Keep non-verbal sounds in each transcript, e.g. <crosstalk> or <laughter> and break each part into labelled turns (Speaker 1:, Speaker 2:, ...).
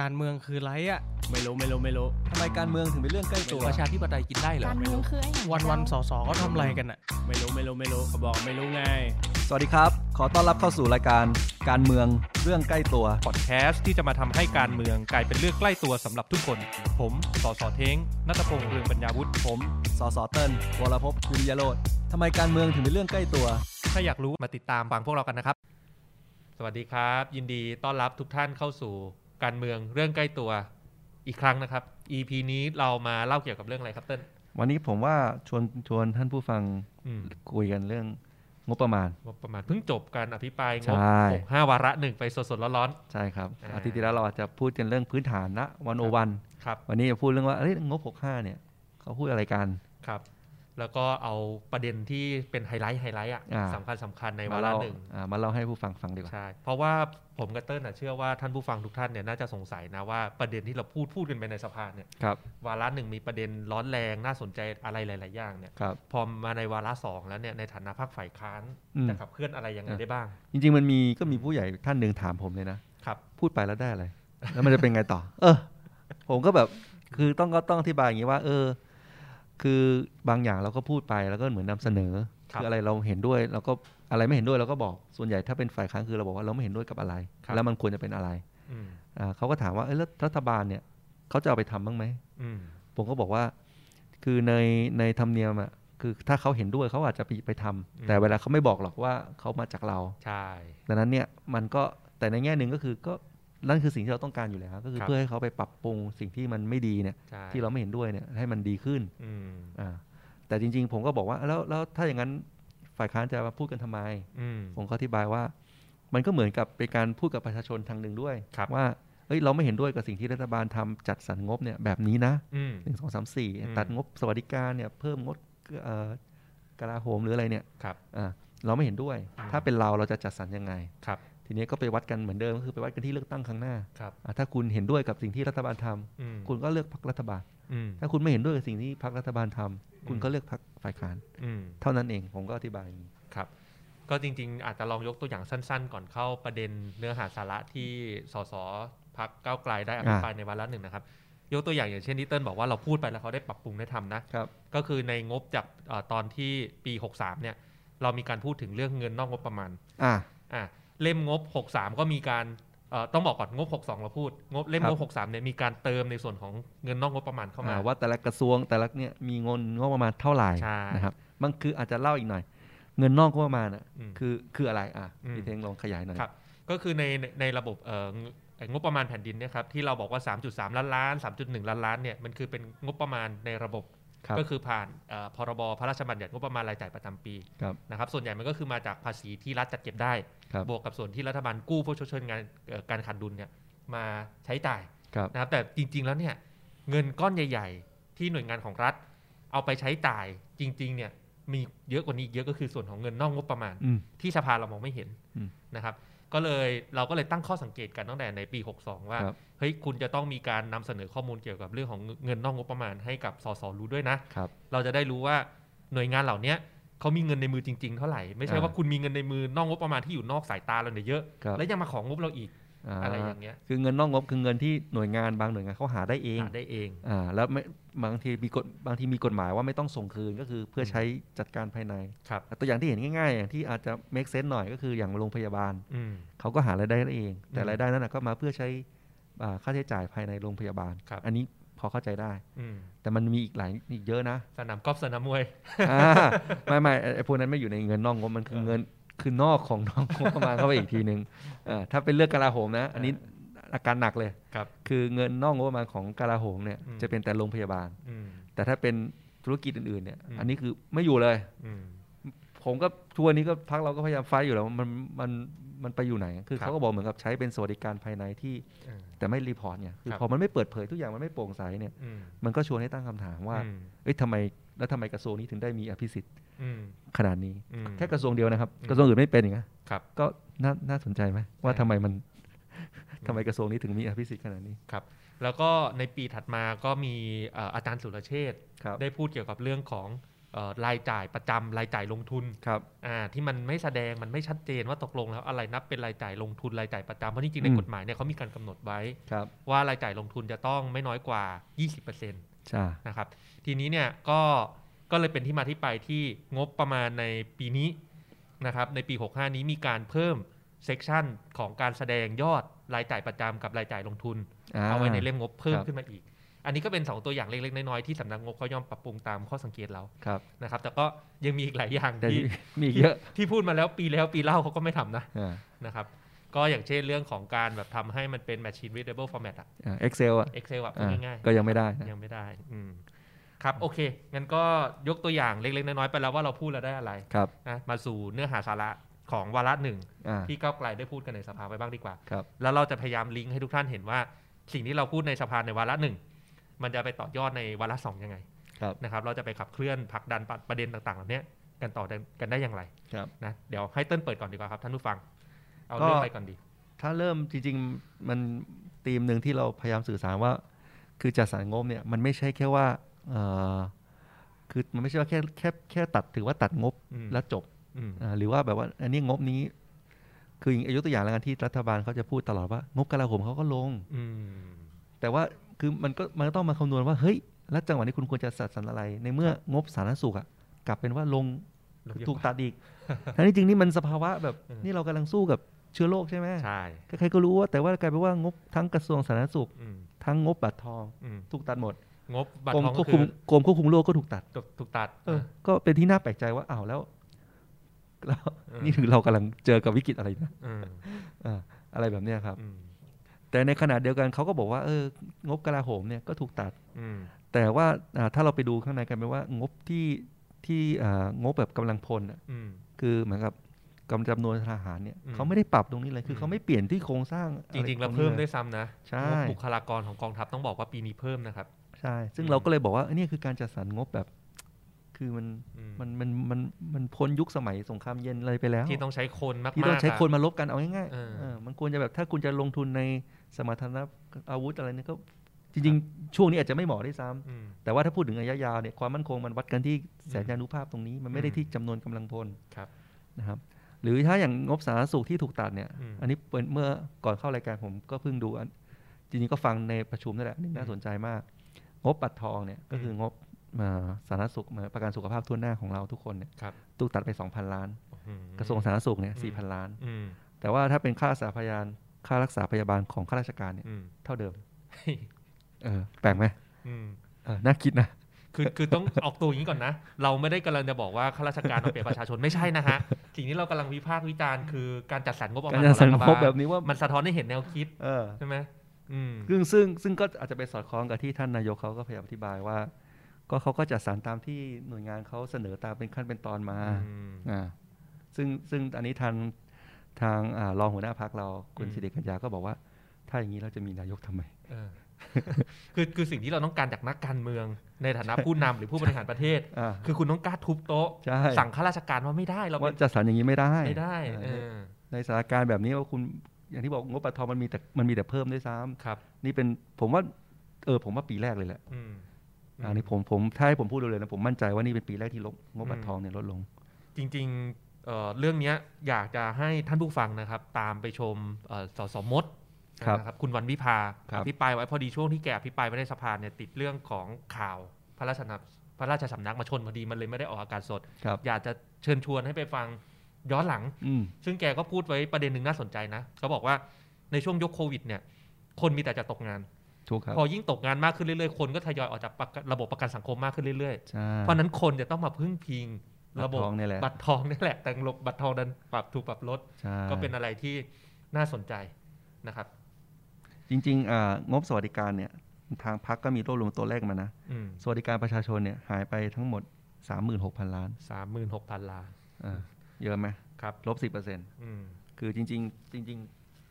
Speaker 1: การเมืองคือไรอะ
Speaker 2: ไม่รู้ไม่รู้ไม่รู้
Speaker 3: ทำไมการเมืองถึงเป็นเรื่องใกล้ตัวป
Speaker 2: ไม่รู้
Speaker 3: ระชาธิปไตยกินได้เหรอ
Speaker 4: การเมืองคือไอ้อย่าง
Speaker 1: วันวันๆส
Speaker 4: เดีย
Speaker 1: อสอเขาทำอะไรกันอะ
Speaker 2: ไม่รู้ไม่รู้ไม่รู้เขาบอกไม่รู้ไง
Speaker 3: สวัสดีครับ ขอต้อนรับเข้าสู่รายการการเมืองเรื่องใกล้ตัว
Speaker 5: พอดแคสต์ที่จะมาทำให้การเมืองกลายเป็นเรื่องใกล้ตัวสำหรับทุกคน ผมสอสอเท้งนัตพงษ์เรืองปัญญาวุฒิ
Speaker 3: ผม สสเติ้ลวรภพคุณยโรธทำไมการเมืองถึงเป็นเรื่องใกล้ตัว
Speaker 5: ถ้าอยากรู้มาติดตามฟังพวกเรากันนะครับ สวัสดีครับ ยินดีต้อนรับทุกท่านเข้าสู่การเมืองเรื่องใกล้ตัวอีกครั้งนะครับ EP นี้เรามาเล่าเกี่ยวกับเรื่องอะไรครับเติ้ล
Speaker 6: วันนี้ผมว่าชวนชวนท่านผู้ฟัง
Speaker 5: อืม
Speaker 6: คุยกันเรื่องงบประมาณ
Speaker 5: งบประมาณเพิ่งจบการอภิปรายง
Speaker 6: ใช่
Speaker 5: บหกห้าวาระหนึ่งไปสดๆร้อน
Speaker 6: ใช่ครับ
Speaker 5: อ่า
Speaker 6: อาทิตย์ที่แล้วเราอาจจะพูดกันเรื่องพื้นฐานละวันโอวัน
Speaker 5: ๆครับ
Speaker 6: วันนี้จะพูดเรื่องว่าเอ้ยงบ 65 เนี่ยเขาพูดอะไรกัน
Speaker 5: ครับ แล้วก็เอาประเด็นที่เป็นไฮไลท์ไฮไลท์อ่ะ
Speaker 6: อ่า
Speaker 5: สำคัญสำคัญ
Speaker 6: มาว
Speaker 5: ในาระ
Speaker 6: เล่า
Speaker 5: หนึ่ง
Speaker 6: อ่ามาเล่าให้ผู้ฟังฟังดีกว่า
Speaker 5: ใช่ เพราะว่าผมกับเติ้ลน่ะเชื่อว่าท่านผู้ฟังทุกท่านเนี่ยน่าจะสงสัยนะว่าประเด็นที่เราพูดพูดกันไปในสภาเนี่ย
Speaker 6: ครับ
Speaker 5: วาระหนึ่งมีประเด็นร้อนแรงน่าสนใจอะไรหลาย ๆ อย่างเนี่ย
Speaker 6: ครับ
Speaker 5: พอมาในวาระสองแล้วเนี่ยในฐานะพรรคฝ่ายค้าน
Speaker 6: อืม
Speaker 5: จะขับเคลื่อนอะไรยังไงได้บ้าง
Speaker 6: จริง ๆ มันมีก็มีผู้ใหญ่ท่านหนึ่งถามผมเลยนะ
Speaker 5: ครับ
Speaker 6: พูดไปแล้วได้อะไร แล้วมันจะเป็นไงต่อ เออ ผมก็แบบ คือต้องก็ต้องอธิบายอย่างนี้ว่า เออ คือบางอย่างเราก็พูดไปแล้วก็เหมือนนำเสนอ คืออะไรเราเห็นด้วยเราก็อะไรไม่เห็นด้วยเราก็บอก ส่วนใหญ่ถ้าเป็นฝ่ายค้านคือเราบอกว่าเราไม่เห็นด้วยกับอะไร แล้วมันควรจะเป็นอะไร
Speaker 5: อืม
Speaker 6: อ่าเขาก็ถามว่าเออแล้วรัฐบาลเนี่ยเขาจะเอาไปทำบ้างไหม
Speaker 5: อืม
Speaker 6: ผมก็บอกว่า คือในในธรรมเนียมอ่ะ คือถ้าเขาเห็นด้วยเขาอาจจะไปไปทำแต่เวลาเขาไม่บอกหรอกว่าเขามาจากเรา
Speaker 5: ใช่
Speaker 6: ดังนั้นเนี่ยมันก็แต่ในแง่หนึ่งก็คือก็นั่นคือสิ่งที่เราต้องการอยู่แล้ว ก็คือ
Speaker 5: ครับ
Speaker 6: เพื่อให้เขาไปปรับปรุงสิ่งที่มันไม่ดีเนี่ย
Speaker 5: ใช่
Speaker 6: ที่เราไม่เห็นด้วยเนี่ยให้มันดีขึ้น
Speaker 5: อืม
Speaker 6: อ่าแต่จริง ๆ ผมก็บอกว่าแล้วแล้วถ้าอย่างนั้นฝ่ายค้านจะมาพูดกันทำไม
Speaker 5: อืม
Speaker 6: ผมก็อธิบายว่า มันก็เหมือนกับเป็นการพูดกับประชาชนทางหนึ่งด้วย
Speaker 5: ครับ
Speaker 6: ว่าเอ้ยเราไม่เห็นด้วยกับสิ่งที่รัฐบาลทำจัดสรรงบเนี่ยแบบนี้นะ
Speaker 5: อืม
Speaker 6: หนึ่งสองสามสี่
Speaker 5: อืม
Speaker 6: ตัดงบสวัสดิการเนี่ยเพิ่มงบเอ่อกลาโหมหรืออะไรเนี่ย
Speaker 5: ครับ
Speaker 6: อ่าเราไม่เห็นด้วย
Speaker 5: อืม
Speaker 6: ถ้าเป็นเราเราจะจัดสรรยังไง
Speaker 5: ครับ
Speaker 6: ทีนี้ก็ไปวัดกันเหมือนเดิมก็คือไปวัดกันที่เลือกตั้งครั้งหน้า
Speaker 5: ครับ
Speaker 6: อ่ะถ้าคุณเห็นด้วยกับสิ่งที่รัฐบาลทำ
Speaker 5: อืม
Speaker 6: คุณก็เลือกพรรครัฐบาล
Speaker 5: อืม
Speaker 6: ถ้าคุณไม่เห็นด้วยกับสิ่งที่พรรครัฐบาลทำคุณ
Speaker 5: อืม
Speaker 6: ก็เลือกพรรคฝ่ายค้าน
Speaker 5: อืม
Speaker 6: เท่านั้นเองผมก็อธิบายอย่างนี้
Speaker 5: ครับ ก็จริงๆ อาจจะลองยกตัวอย่างสั้นๆ ก่อนเข้าประเด็นเนื้อหาสาระที่สสพักก้าวไกลได้อภิปรายในวาระหนึ่งนะครับ ยกตัวอย่างอย่างเช่นที่เติ้ลบอกว่าเราพูดไปแล้วเขาได้ปรับปรุงได้ทำนะครับ ก็คือในงบจากเอ่อตอนที่ปี 63 เนี่ย เรามีการพูดถึงเรื่องเงินนอกงบประมาณ
Speaker 6: อ่ะ
Speaker 5: อ่ะเล่มงบ 63 ก็มีการเอ่อต้องบอกก่อนงบ 62 เราพูดงบเล่มงบ 63 เนี่ยมีการเติมในส่วนของเงินนอกงบประมาณเข้ามา
Speaker 6: อ่าว่าแต่ละกระทรวงแต่ละเนี่ยมีเงินงบประมาณเท่าไหร่
Speaker 5: ใช่
Speaker 6: นะครับมันคืออาจจะเล่าอีกหน่อย เงินนอกงบประมาณอ่ะ
Speaker 5: อืม
Speaker 6: คือคืออะไรอ่ะ
Speaker 5: อืม
Speaker 6: พี่เทงลองขยายหน่อย
Speaker 5: ครับ ก็คือในในในระบบเอ่องงบประมาณแผ่นดินเนี่ยครับที่เราบอกว่า 3.3 ล้านล้าน 3.1 ล้านล้านเนี่ยมันคือเป็นงบประมาณในระบบ
Speaker 6: ครับ
Speaker 5: ก็คือผ่านเอ่อพรบพระราชบัญญัติงบประมาณรายจ่ายประจำปี
Speaker 6: ครับ
Speaker 5: นะครับส่วนใหญ่มันก็คือมาจากภาษีที่รัฐจัดเก็บได้
Speaker 6: ครับ
Speaker 5: บวกกับส่วนที่รัฐบาลกู้เพื่อชดเชยงานเอ่อการขาดดุลเนี่ยมาใช้จ่าย
Speaker 6: ครับ
Speaker 5: นะครับแต่จริง ๆ แล้วเนี่ยเงินก้อนใหญ่ ๆ ที่หน่วยงานของรัฐ เอาไปใช้จ่ายจริงๆเนี่ยมีเยอะกว่านี้อีกเยอะก็คือส่วนของเงินนอกงบประมาณ
Speaker 6: อืม
Speaker 5: ที่สภาเรามองไม่เห็น
Speaker 6: อืม
Speaker 5: นะครับ ก็เลยเราก็เลยตั้งข้อสังเกตกันตั้งแต่ในปี 62 ว่า
Speaker 6: ครับ
Speaker 5: เฮ้ยคุณจะต้องมีการนำเสนอข้อมูลเกี่ยวกับเรื่องของเงินนอกงบประมาณให้กับสสรู้ด้วยนะครับ เราจะได้รู้ว่าหน่วยงานเหล่าเนี้ยเขามีเงินในมือจริง ๆ เท่าไหร่ ไม่ใช่
Speaker 6: อ่า
Speaker 5: ว่าคุณมีเงินในมือนอกงบประมาณที่อยู่นอกสายตาเราเนี่ยเยอะ
Speaker 6: ครับ
Speaker 5: แล้วยังมาของงบเราอีก
Speaker 6: อ่า
Speaker 5: อะไรอย่างเงี้ย
Speaker 6: คือเงินนอกงบคือเงินที่หน่วยงานบางหน่วยงานเขาหาได้เอง
Speaker 5: หาได้เอง
Speaker 6: อ่าแล้วไม่บางทีมีกฎบางทีมีกฎหมายว่าไม่ต้องส่งคืนก็คือเพื่ออ
Speaker 5: ม
Speaker 6: ใช้จัดการภายใน
Speaker 5: ครับ
Speaker 6: ตัวอย่างที่เห็นง่ายๆอย่างที่อาจจะ make sense หน่อยก็คืออย่างโรงพยาบาล
Speaker 5: อืม
Speaker 6: เขาก็หารายได้ได้เอง แต่
Speaker 5: อืม
Speaker 6: รายได้นั้นนะก็มาเพื่อใช้อ่าค่าใช้จ่ายภายในโรงพยาบาล
Speaker 5: ครับ
Speaker 6: อันนี้พอเข้าใจได้
Speaker 5: อืม
Speaker 6: แต่มันมีอีกหลายอีกเยอะนะ
Speaker 5: สนามกอล์ฟสนามมวย
Speaker 6: อ่าไม่ไม่ไอ้ไอ้พวกนั้นไม่อยู่ในเงินนอกงบมันคือ
Speaker 5: เออ
Speaker 6: เงินคือนอกของนอกงบประมาณเข้าไปอีกทีหนึ่งเออถ้าเป็นเรื่องกลาโหมนะ อันนี้อาการหนักเลย
Speaker 5: ครับ
Speaker 6: คือเงินนอกงบประมาณของกลาโหมเนี่ย
Speaker 5: อืม
Speaker 6: จะเป็นแต่โรงพยาบาล
Speaker 5: อืม
Speaker 6: แต่ถ้าเป็นธุรกิจอื่นๆเนี่ย
Speaker 5: อืม
Speaker 6: อันนี้คือไม่อยู่เลย
Speaker 5: อืม
Speaker 6: ผมก็ทัวร์นี้ก็พักเราก็พยายามไฟท์อยู่แล้วว่ามันมันมันไปอยู่ไหน คือ
Speaker 5: ครับ
Speaker 6: เขาก็บอกเหมือนกับใช้เป็นสวัสดิการภายในที่
Speaker 5: อืม
Speaker 6: แต่ไม่รีพอร์ตเนี่ยคือ
Speaker 5: ครับ
Speaker 6: พอมันไม่เปิดเผยทุกอย่างมันไม่โปร่งใสเนี่ย
Speaker 5: อืม
Speaker 6: มันก็ชวนให้ตั้งคำถามว่า
Speaker 5: อืม
Speaker 6: เอ้ยทำไมแล้วทำไมกระทรวงนี้ถึงได้มีอภิสิทธิ์
Speaker 5: อืม
Speaker 6: ขนาดนี้
Speaker 5: อืม
Speaker 6: แค่กระทรวงเดียวนะครับ
Speaker 5: อืม
Speaker 6: กระทรวงอื่นไม่เป็นอย่างนี้ย
Speaker 5: ครับ
Speaker 6: ก็น่าน่าสนใจไหมว่า
Speaker 5: ใช่
Speaker 6: ทำไมมัน ทำไมกระทรวงนี้ถึงมีอภิสิทธิ์ขนาดนี้
Speaker 5: แล้วก็ในปีถัดมาก็มีเอ่ออาจารย์สุรเชษฐ์
Speaker 6: ครับ
Speaker 5: ได้พูดเกี่ยวกับเรื่องของ เอ่อรายจ่ายประจำรายจ่ายลงทุน
Speaker 6: ครับ
Speaker 5: อ่าที่มันไม่แสดงมันไม่ชัดเจนว่าตกลงแล้วอะไรนับเป็นรายจ่ายลงทุนรายจ่ายประจำเพราะจริงๆใน
Speaker 6: อืม
Speaker 5: กฎหมายเนี่ยเขามีการกำหนดไว้
Speaker 6: ครับ
Speaker 5: ว่ารายจ่ายลงทุนจะต้องไม่น้อยกว่า 20%
Speaker 6: จ้า
Speaker 5: นะครับทีนี้เนี่ยก็ก็เลยเป็นที่มาที่ไปที่งบประมาณในปีนี้นะครับในปี 65 นี้มีการเพิ่มเซกชันของการแสดงยอดรายจ่ายประจำกับรายจ่ายลงทุน
Speaker 6: อ่า
Speaker 5: เอาไว้ในเล่มงบเพิ่ม
Speaker 6: ครับ
Speaker 5: ขึ้นมาอีก อันนี้ก็เป็น 2 ตัวอย่างเล็กๆ น้อยๆ ที่สำนักงบเขายอมปรับปรุงตามข้อสังเกตเรา
Speaker 6: ครับ
Speaker 5: นะครับ แต่ก็ยังมีอีกหลายอย่าง
Speaker 6: แต่ <laughs>
Speaker 5: ที่
Speaker 6: มีอีกเยอะ
Speaker 5: ที่พูดมาแล้วปีแล้วปีเล่าเขาก็ไม่ทำนะ
Speaker 6: อ่า
Speaker 5: นะครับ ก็อย่างเช่นเรื่องของการแบบทำให้มันเป็น machine readable format อะ
Speaker 6: อ่า Excel อ่ะ
Speaker 5: Excel อะพูด
Speaker 6: อ่า
Speaker 5: ง่าย
Speaker 6: ก็ยังไม่ได้นะ
Speaker 5: ๆ ยังไม่ได้อืมครับโอเค งั้นก็ยกตัวอย่างเล็กๆ น้อยๆ ไปแล้วว่าเราพูดแล้วได้อะไร
Speaker 6: ครับ
Speaker 5: นะมาสู่เนื้อหาสาระของวาระหนึ่ง
Speaker 6: อ่า
Speaker 5: ที่ก้าวไกลได้พูดกันในสภาไปบ้างดีกว่า
Speaker 6: ครับ
Speaker 5: แล้วเราจะพยายามลิงก์ให้ทุกท่านเห็นว่าสิ่งที่เราพูดในสภาในวาระหนึ่ง มันจะไปต่อยอดในวาระสองยังไง
Speaker 6: ครับ
Speaker 5: นะครับ เราจะไปขับเคลื่อนผลักดันประเด็นต่างๆเหล่านี้กันต่อกันได้อย่างไร
Speaker 6: ครับ
Speaker 5: นะเดี๋ยวให้เติ้ลเปิดก่อนดีกว่าครับท่านผู้ฟัง เอาเรื่อง
Speaker 6: ก็
Speaker 5: อะไรก่อนดี
Speaker 6: ถ้าเริ่มจริงๆมันธีมหนึ่งที่เราพยายามสื่อสารว่า คือจัดสรรงบเนี่ยมันไม่ใช่แค่ว่าเอ่อคือมันไม่ใช่ว่าแค่แค่แค่ตัดถือว่าตัดงบ
Speaker 5: อืม
Speaker 6: แล้วจบ
Speaker 5: อืม
Speaker 6: อ่าหรือว่าแบบว่าอันนี้งบนี้ คืออย่างยกตัวอย่างแล้วกันที่รัฐบาลเขาจะพูดตลอดว่างบกลาโหมเขาก็ลง
Speaker 5: อืม
Speaker 6: แต่ว่าคือมันก็มันก็ต้องมาคำนวณว่าเฮ้ยแล้วจังหวะนี้คุณควรจะจัดสรรอะไร ในเมื่องบสาธารณสุขอะกลับเป็นว่าลง
Speaker 5: ลงเยอะ
Speaker 6: ถูก
Speaker 5: ว่า
Speaker 6: ตัดอีกทั้งที่จริงนี่มันสภาวะแบบนี่เรากำลังสู้กับเชื้อโรคใช่ไหม
Speaker 5: ใช่
Speaker 6: ใครๆก็รู้ว่าแต่ว่ากลายเป็นว่างบทั้งกระทรวงสาธารณสุข
Speaker 5: อืม
Speaker 6: ทั้งงบบัตรทอง
Speaker 5: อืม
Speaker 6: ถูกตัดหมด
Speaker 5: งบบัต
Speaker 6: กร
Speaker 5: ร
Speaker 6: ม
Speaker 5: ทอง
Speaker 6: คว
Speaker 5: ก็
Speaker 6: บ
Speaker 5: คื
Speaker 6: คุม
Speaker 5: อก
Speaker 6: รมควบคุมโรคก็ถูกตัด
Speaker 5: ถูกถูกตัด
Speaker 6: เออ ก็เป็นที่น่าแปลกใจว่าอ้าวแล้วแล้ว
Speaker 5: เออ
Speaker 6: นี่ถึงเรากำลังเจอกับวิกฤตอะไรนะ
Speaker 5: อืม
Speaker 6: อ่าอะไรแบบเนี้ยครับ
Speaker 5: อืม
Speaker 6: แต่ในขณะเดียวกันเขาก็บอกว่าเอองบกลาโหมเนี่ยก็ถูกตัด
Speaker 5: อืม
Speaker 6: แต่ว่าอ่าถ้าเราไปดูข้างในกันเป็นว่างบที่ที่อ่างบแบบกำลังพลน่ะ
Speaker 5: อืม
Speaker 6: คือเหมือนกับกำจำนวนทหารเนี่ย
Speaker 5: อืม
Speaker 6: เขาไม่ได้ปรับตรงนี้เลยคือ
Speaker 5: ม
Speaker 6: เขาไม่เปลี่ยนที่โครงสร้างอะ
Speaker 5: จริง
Speaker 6: ไต
Speaker 5: ๆเรา
Speaker 6: นี้
Speaker 5: เพิ่ม
Speaker 6: ลย
Speaker 5: ด้วยซ้ำนะ
Speaker 6: ใช่
Speaker 5: งบบุคลากรของกองทัพต้องบอกว่าปีนี้เพิ่มนะครับ
Speaker 6: ใช่ ซึ่ง
Speaker 5: อืม
Speaker 6: เราก็เลยบอกว่าอันนี้คือการจัดสรรงบแบบ คือมัน
Speaker 5: อืม
Speaker 6: มันมันมันมันพ้นยุคสมัยสงครามเย็นอะไรไปแล้ว
Speaker 5: ที่ต้องใช้คนมากๆ
Speaker 6: ที่ต้องใช้คน
Speaker 5: อะ
Speaker 6: มาลบกันเอาง่าย
Speaker 5: เออ
Speaker 6: ๆเออมันควรจะแบบถ้าคุณจะลงทุนในสมรรถนะอาวุธอะไรเนี่ยก็ จริงๆ ช่วงนี้อาจจะไม่เหมาะด้วยซ้ำ
Speaker 5: อืม
Speaker 6: แต่ว่าถ้าพูดถึงระยะยาวเนี่ยความมั่นคงมันวัดกันที่แสนยานุภาพตรงนี้ มันไม่ได้
Speaker 5: อืม
Speaker 6: ที่จำนวนกำลังพล
Speaker 5: ครับ
Speaker 6: นะครับ หรือถ้าอย่างงบสาธารณสุขที่ถูกตัดเนี่ย
Speaker 5: อืม
Speaker 6: อันนี้เปิดเมื่อก่อนเข้ารายการผมก็เพิ่งดูอันจริงๆก็ฟังในประชุมนั่นแหละอันนี่น่า
Speaker 5: อืม
Speaker 6: สนใจมาก งบบัตรทองเนี่ยก็คืองบเอ่อสาธารณสุขเหมือนประกันสุขภาพทั่วหน้าของเราทุกคนเนี่ย
Speaker 5: ครับ
Speaker 6: ถูกตัดไป2,000ล้าน
Speaker 5: อืม
Speaker 6: กระทรวงสาธารณสุขเนี่ย
Speaker 5: อืม
Speaker 6: สี่พันล้าน
Speaker 5: อืม
Speaker 6: แต่ว่าถ้าเป็นค่าสาพยานค่ารักษาพยาบาลของข้าราชการเนี่ย
Speaker 5: อืม
Speaker 6: เท่าเดิม เออแปลกไหม
Speaker 5: อืม
Speaker 6: เออน่าคิดนะ
Speaker 5: คือคือต้อง ออกตัวอย่างนี้ก่อนนะ เราไม่ได้กำลังจะบอกว่าข้าราชการเอาเปรียบประชาชนไม่ใช่นะฮะ สิ่งที่เรากำลังวิพากษ์วิจารณ์คือการจัดสรรงบประมา
Speaker 6: การ
Speaker 5: ณ
Speaker 6: จะ
Speaker 5: ข
Speaker 6: สั
Speaker 5: อง งรัฐ
Speaker 6: ค
Speaker 5: บาม ล
Speaker 6: แบบนี้ว่า
Speaker 5: มันสะท้อนให้เห็นแนวคิด
Speaker 6: เออ
Speaker 5: ใช่ไหมอืม
Speaker 6: ซึ่งซึ่งซึ่งก็อาจจะไปสอดคล้องกับที่ท่านนายกเขาก็พยายามอธิบายว่า ก็เขาก็จัดสรรตามที่หน่วยงานเขาเสนอตามเป็นขั้นเป็นตอนมา
Speaker 5: อืม
Speaker 6: อ่าซึ่งซึ่งอันนี้ทางทางอ่ารองหัวหน้าพักเราคุณ
Speaker 5: อืม
Speaker 6: สิริกัญญาก็บอกว่า ถ้าอย่างนี้เราจะมีนายกทำไม
Speaker 5: เออคือ <laughs> คือสิ่งที่เราต้องการจากนักการเมือง ในฐานะผู้นำห <laughs> รือผู้บริหารประเทศ
Speaker 6: อ่า
Speaker 5: คือคุณต้องกล้าทุบโต๊ะ
Speaker 6: ใช่
Speaker 5: สั่งข้าราชการว่าไม่ได้เราเป็
Speaker 6: ว่าน จัดสรรอย่างนี้ไม่ได้
Speaker 5: ไม่ได้
Speaker 6: เอ
Speaker 5: เอ
Speaker 6: อ
Speaker 5: อ
Speaker 6: ในสถานการณ์แบบนี้ว่าคุณอย่างที่บอกงบปทมันมีแต่มันมีแต่เพิ่มด้วยซ้
Speaker 5: ครับ
Speaker 6: ำนี่เป็นผมว่าเออผมว่าปีแรกเลยแหละ
Speaker 5: อืมม
Speaker 6: อันนี้ผมผมถ้าให้ผมพูดเลยนะผมมั่นใจว่านี่เป็นปีแรกที่ลดงบบัตรทองเนี่ยลดลง
Speaker 5: จริงๆเอ่อเรื่องเนี้ยอยากจะให้ท่านผู้ฟังนะครับ ตามไปชมเอ่อสสมด
Speaker 6: ครับ
Speaker 5: นะครับคุณวันวิภา
Speaker 6: ครับ
Speaker 5: อภิปรายไว้พอดีช่วงที่แกอภิปรายไม่ได้สภาเนี่ยติดเรื่องของข่าวพระราชนับพระราชสำนักมาชนพอดีมันเลยไม่ได้ออกอากาศสด
Speaker 6: ครับ
Speaker 5: อยากจะเชิญชวนให้ไปฟังย้อนหลัง
Speaker 6: อืม
Speaker 5: ซึ่งแกก็พูดไว้ประเด็นหนึ่งน่าสนใจนะเขาบอกว่าในช่วงยกโควิดเนี่ยคนมีแต่จะตกงาน
Speaker 6: ถูกครับ
Speaker 5: พอยิ่งตกงานมากขึ้นเรื่อยๆคนก็ทยอยออกจากประกันระบบประกันสังคมมากขึ้นเรื่อยๆ
Speaker 6: ใช่
Speaker 5: เพราะฉะนั้นคนจะต้องมาพึ่งพิงระบบ
Speaker 6: บัตรทองเนี่ยแหละ
Speaker 5: บัตรทองเนี่ยแหละแต่ระบบบัตรทองดันปรับถูกปรับลด
Speaker 6: ใช่
Speaker 5: ก็เป็นอะไรที่น่าสนใจนะครับ
Speaker 6: จริงๆอ่างบสวัสดิการเนี่ยทางพักก็มีรวบรวมตัวเลขมานะ
Speaker 5: อืม
Speaker 6: สวัสดิการประชาชนเนี่ยหายไปทั้งหมด 36,000 ล้าน
Speaker 5: สามหมื่นหกพันล้าน
Speaker 6: อ่าเยอะไหม
Speaker 5: ครับ
Speaker 6: ลบ10%เปอร์เซ็นต์
Speaker 5: อืม
Speaker 6: คือจริง ๆ จริง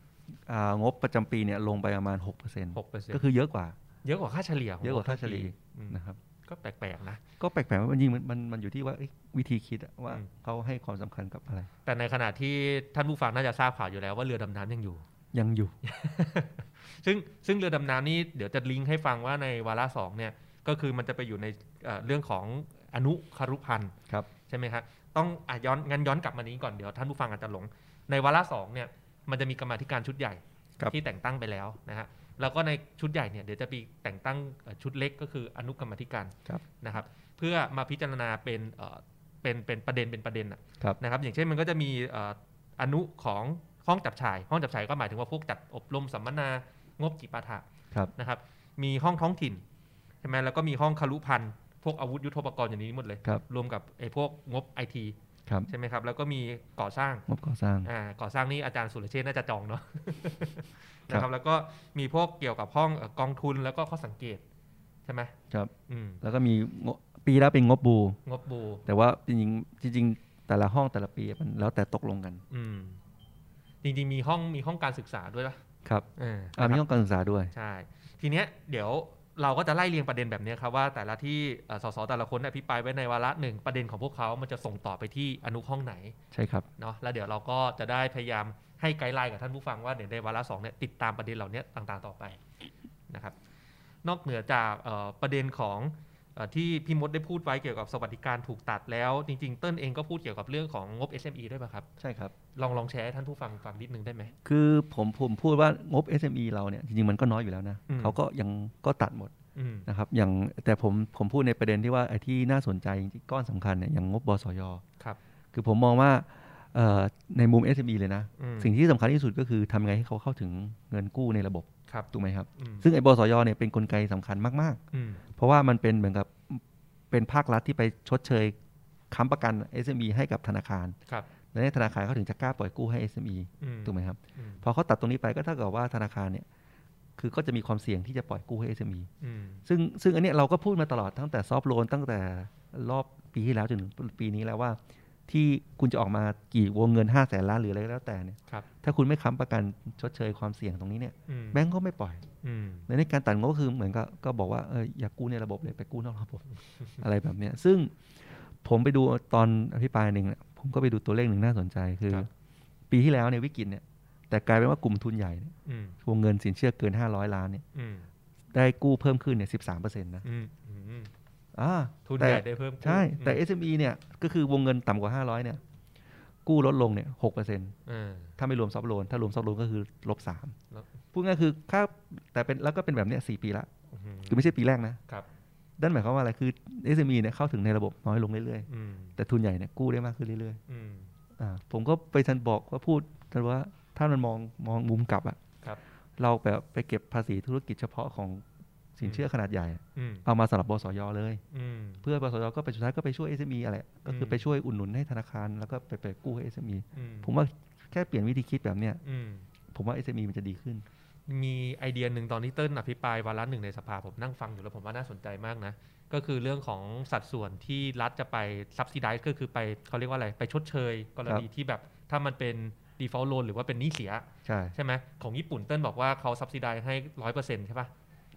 Speaker 6: ๆอ่างบประจำปีเนี่ยลงไปประมาณ6%เปอร์เซ็นต์
Speaker 5: หกเปอร์เซ็น
Speaker 6: ก็
Speaker 5: ต์
Speaker 6: คือเยอะกว่า
Speaker 5: เยอะกว่าค่าเฉลี่ยขง
Speaker 6: เยอะกว่าค่าเฉลี่ย
Speaker 5: อืม
Speaker 6: นะครับ
Speaker 5: ก็แปลกๆนะ
Speaker 6: ก็แปลกๆว่ามันจริงๆมันมันมันอยู่ที่ว่าเอ้ยวิธีคิดอะว่า
Speaker 5: อืม
Speaker 6: เขาให้ความสำคัญกับอะไร
Speaker 5: แต่ในขณะที่ท่านผู้ฟังน่าจะทราบข่าวอยู่แล้วว่าเรือดำน้ำยังอยู่
Speaker 6: ยังอยู่
Speaker 5: ซึ่งซึ่งเรือดำน้ำนี่เดี๋ยวจะลิงก์ให้ฟังว่าในวาระสองเนี่ยก็คือมันจะไปอยู่ในเอ่อเรื่องของ อนุคารุพันธ์
Speaker 6: ครับ
Speaker 5: ใช่ไหมครับต้องอ่ะย้อนงั้นย้อนกลับมานี้ก่อนเดี๋ยวท่านผู้ฟังอาจจะหลง ในวาระสองเนี่ยมันจะมีกรรมาธิการชุดใหญ่
Speaker 6: ครับ
Speaker 5: ที่แต่งตั้งไปแล้วนะฮะแล้วก็ในชุดใหญ่เนี่ยเดี๋ยวจะมีแต่งตั้งเอ่อชุดเล็กก็คืออนุกรรมาธิการนะครับ เพื่อมาพิจารณาเป็นเอ่อเป็นเป็นประเด็นเป็นประเด็นน่ะ
Speaker 6: ครับ
Speaker 5: นะครับอย่างเช่นมันก็จะมีเอ่ออนุของห้องจับฉาย ห้องจับฉายก็หมายถึงว่าพวกจัดอบรมสัมมนางบจิปาถะ
Speaker 6: ครับ
Speaker 5: นะครับ มีห้องท้องถิ่นใช่ไหมแล้วก็มีห้องคารุพันธ์พวกอาวุธยุทโธปกรณ์อย่างนี้หมดเลย
Speaker 6: ครับ
Speaker 5: รวมกับไอ้พวกงบไอที
Speaker 6: ครับ
Speaker 5: ใช่ไหมครับ แล้วก็มีก่อสร้าง
Speaker 6: งบก่อสร้าง
Speaker 5: อ่าก่อสร้างนี่อาจารย์สุรเชษฐ์น่าจะจองเนาะ
Speaker 6: <laughs> ครับ
Speaker 5: นะครับ แล้วก็มีพวกเกี่ยวกับห้องเอ่อกองทุนแล้วก็ข้อสังเกตใช่ไหม
Speaker 6: ครับ
Speaker 5: อืม
Speaker 6: แล้วก็มีงบปีละเป็นงบบู
Speaker 5: งบบู
Speaker 6: แต่ว่าจริงๆจริงๆแต่ละห้องแต่ละปีมันแล้วแต่ตกลงกัน
Speaker 5: อืมจริงๆมีห้องมีห้องการศึกษาด้วยป่ะ
Speaker 6: ครับ
Speaker 5: เออ
Speaker 6: อ่ะ
Speaker 5: นะ
Speaker 6: มี
Speaker 5: ครับ
Speaker 6: ห้องการศึกษาด้วย
Speaker 5: ใช่ ทีเนี้ยเดี๋ยวเราก็จะไล่เรียงประเด็นแบบเนี้ยครับว่าแต่ละที่เอ่อสสแต่ละคนอภิปรายไว้ในวาระหนึ่งประเด็นของพวกเขามันจะส่งต่อไปที่อนุห้องไหน
Speaker 6: ใช่ครับ
Speaker 5: เนาะแล้วเดี๋ยวเราก็จะได้พยายามให้ไกด์ไลน์กับท่านผู้ฟังว่าเดี๋ยวในวาระสองเนี่ยติดตามประเด็นเหล่านี้ต่างๆต่อไปนะครับนอกเหนือจากเอ่อประเด็นของเอ่อที่พี่มดได้พูดไว้เกี่ยวกับสวัสดิการถูกตัดแล้ว จริงๆ เติ้ลเองก็พูดเกี่ยวกับเรื่องของงบ SME ด้วยป่ะครับ
Speaker 6: ใช่ครับ
Speaker 5: ลองลองแชร์ให้ท่านผู้ฟังฟังนิดนึงได้ไหม
Speaker 6: คือผมผมพูดว่างบ SME เราเนี่ยจริงๆมันก็น้อยอยู่แล้วนะ
Speaker 5: อืม
Speaker 6: เขาก็ยังก็ตัดหมด
Speaker 5: อืม
Speaker 6: นะครับอย่างแต่ผมผมพูดในประเด็นที่ว่าไอ้ที่น่าสนใจจริงๆก้อนสำคัญเนี่ยอย่างงบบสย
Speaker 5: ครับ
Speaker 6: คือผมมองว่าเอ่อในมุม SME เลยนะ
Speaker 5: อืม
Speaker 6: สิ่งที่สำคัญที่สุดก็คือทำไงให้เขาเข้าถึงเงินกู้ในระบบ
Speaker 5: ครับ
Speaker 6: ถูกไหมครับ
Speaker 5: อืม
Speaker 6: ซึ่งไอ้บสยเนี่ยเป็นนกลไกสำคัญมาก
Speaker 5: อืม
Speaker 6: ๆ เพราะว่ามันเป็นเหมือนกับเป็นภาครัฐที่ไปชดเชยค้ำประกัน SME ให้กับธนาคาร
Speaker 5: ครับ
Speaker 6: และในธนาคารเขาถึงจะกล้าปล่อยกู้ให้ SME
Speaker 5: อืม
Speaker 6: ถูกไหมครับ
Speaker 5: อืม
Speaker 6: พอเขาตัดตรงนี้ไปก็เท่ากับว่าธนาคารเนี่ยคือก็จะมีความเสี่ยงที่จะปล่อยกู้ให้ SME
Speaker 5: อืม
Speaker 6: ซึ่งซึ่งอันเนี้ยเราก็พูดมาตลอดตั้งแต่ซอฟโลนตั้งแต่รอบปีที่แล้วจนถึงปีนี้แล้วว่า ที่คุณจะออกมากี่วงเงิน5้าแสนล้านหรืออะไรก็แล้วแต่เนี่ย
Speaker 5: ครับ
Speaker 6: ถ้าคุณไม่ค้ำประกันชดเชยความเสี่ยงตรงนี้เนี่ย
Speaker 5: อืม
Speaker 6: แบงก์ก็ไม่ปล่อย
Speaker 5: อืม
Speaker 6: ในในการตัดงบก็คือเหมือนกับก็บอกว่าเอออย่ากู้ในระบบเลยไปกู้นอกระบบ <laughs> อะไรแบบเนี้ยซึ่งผมไปดูตอนอภิปรายหนึ่งเนี่ยผมก็ไปดูตัวเลขหนึ่งน่าสนใจคือ ปีที่แล้วในยวิกฤตเนี่ยแต่กลายเป็นว่ากลุ่มทุนใหญ่เนี่ย
Speaker 5: อืม
Speaker 6: วงเงินสินเชื่อเกิน 500 ล้านเนี่ย
Speaker 5: อืม
Speaker 6: ได้กู้เพิ่มขึ้นเนี่ยสินะ
Speaker 5: อืมอืม
Speaker 6: อ่า
Speaker 5: ทุน
Speaker 6: แต่
Speaker 5: ใหญ่ได้เพิ่มขึ้น
Speaker 6: ใช่แต่
Speaker 5: อืม
Speaker 6: SME เนี่ยก็คือวงเงินต่ำกว่า 500เนี่ยกู้ลดลงเนี่ยหกเปอร์เซ็นต์
Speaker 5: เออ
Speaker 6: ถ้าไม่รวมซับโลนถ้ารวมซับโลนก็คือลบสาม
Speaker 5: แล้ว
Speaker 6: พูดง่ายคือค่าแต่เป็นแล้วก็เป็นแบบเนี้ยสี่ปีละ
Speaker 5: อืม
Speaker 6: คือไม่ใช่ปีแรกนะครับ นั่นหมายความว่าอะไร คือ SME เนี่ยเข้าถึงในระบบน้อยลงเรื่อย
Speaker 5: อืม
Speaker 6: ๆ แต่ทุนใหญ่เนี่ยกู้ได้มากขึ้นเรื่อย
Speaker 5: อืม
Speaker 6: ๆ อ่า ผมก็ไปทันบอกว่าพูดทันว่าถ้ามันมองมองมุมกลับอะ
Speaker 5: ครับ
Speaker 6: เราแบบไปเก็บภาษีธุรกิจเฉพาะของสินเชื่อขนาดใหญ่
Speaker 5: อืม
Speaker 6: เอามาสำหรับบสยเลย
Speaker 5: อืม
Speaker 6: เพื่อบสยก็ไปสุดท้ายก็ไปช่วย SME อะไร ก็คืออ
Speaker 5: ม
Speaker 6: ไปช่วยอุดหนุนให้ธนาคารแล้วก็ไปไปกู้ให้ SME
Speaker 5: อืม
Speaker 6: ผมว่าแค่เปลี่ยนวิธีคิดแบบเนี้ย
Speaker 5: อืม
Speaker 6: ผมว่า SME มันจะดีขึ้น
Speaker 5: มีไอเดียหนึ่งตอนที่เติ้ลอภิปรายวาระหนึ่งในสภาผมนั่งฟังอยู่แล้วผมว่าน่าสนใจมากนะ ก็คือเรื่องของสัดส่วนที่รัฐจะไป subsidize ก็คือไปเขาเรียกว่าอะไร ไปชดเชยกรณีที่แบบถ้ามันเป็น default loan หรือว่าเป็นหนี้เสีย
Speaker 6: ใช่
Speaker 5: ใช่ไหมของญี่ปุ่นเติ้ลบอกว่าเขา subsidize ให้ร้อยเปอร์เซ็นต์ใช่ปะ